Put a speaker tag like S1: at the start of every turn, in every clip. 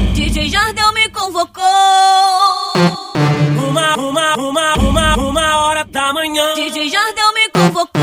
S1: DJ Jardel me convocou.
S2: Uma, uma, uma, uma, uma hora da manhã.
S1: DJ Jardel me convocou.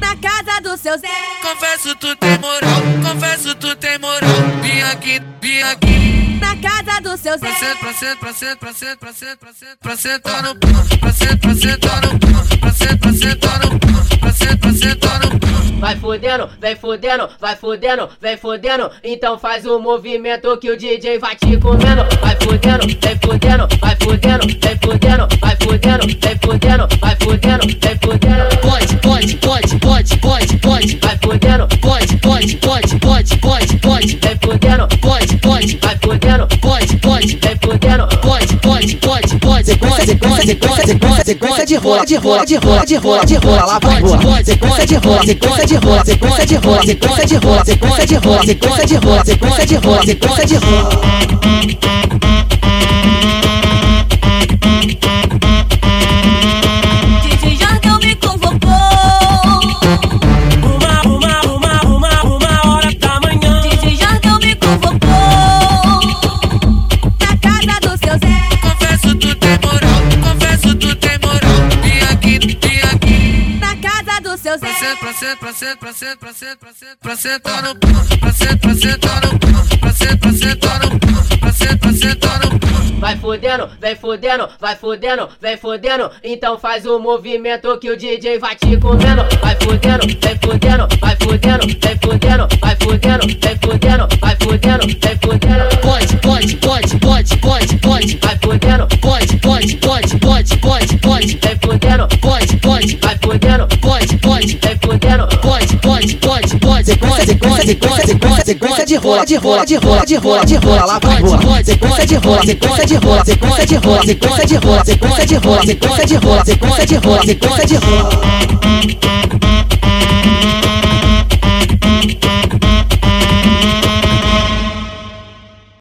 S1: Na casa do seu Zé.
S3: Confesso tu tem moral, confesso tu tem moral. Vim aqui, vim aqui.
S1: Na casa do seu Zé.
S3: Pra ser, pra ser, pra ser, pra ser, pra ser, pra ser, pra sentar no pão. Pra ser, pra sentar no pão. Pra ser, pra sentar no pão. Pra ser, pra sentar no pão.
S4: Vai fudendo, vem fudendo, vai fudendo, vem fudendo. Então faz o movimento que o DJ vai te comendo. Vai fudendo, vem fudendo, vai fudendo, vem fudendo, vai fudendo, vem fudendo, vai fudendo, vem fudendo.
S5: Pode, pode, pode, pode, pode, pode.
S4: Vai fudendo,
S5: Pode, pode, pode, pode, pode, pode.
S4: vem fudendo,
S5: Pode, pode,
S4: vai fudendo,
S5: pode, pode.
S4: vem fudendo.
S5: Pode, pode, pode, pode, pode, pode, pode, pode, sequência de rola, de rola, de rola, de rola, de rola, lá vai rola, sequência de rola, sequência de rola, sequência de rola, sequência de rola, sequência de rola, sequência de rola, sequência de rola, sequência de rola.
S1: DJ Jardel me convocou.
S2: Uma, uma, uma, uma, uma hora da manhã.
S1: DJ Jardel me convocou. Na casa do seu Zé.
S3: Confesso tu tem moral, confesso tu tem moral. Vim aqui, vim aqui.
S1: Na casa do seu
S3: Pra
S1: Zé.
S3: ser, pra ser, pra ser, pra ser, pra ser, pra ser, pra sentar no pão. Pra ser, pra sentar no pão. Pra ser, pra sentar no pão. Pra ser, pra sentar no pão.
S4: Vai fudendo, vem fudendo, vai fudendo, vem fudendo. Então faz o movimento que o DJ vai te comendo. Vai fudendo, vem fudendo, vai fudendo, vem fudendo, vai fudendo, vem fudendo, vai fudendo, vem fudendo.
S5: Pode, pode, pode, pode, pode, pode.
S4: Vai fudendo,
S5: Pode, pode, pode, pode, pode, pode.
S4: vem fudendo,
S5: Pode, pode,
S4: vai fudendo,
S5: pode, pode.
S4: vem fudendo.
S5: Pode, pode, pode, pode, sequência, sequência, sequência, sequência, sequência de rola, de rola, de rola, de rola, de rola, lá vai rola, sequência de rola, sequência de rola, sequência de rola, sequência de rola, sequência de rola, sequência de rola, sequência de rola, sequência de rola.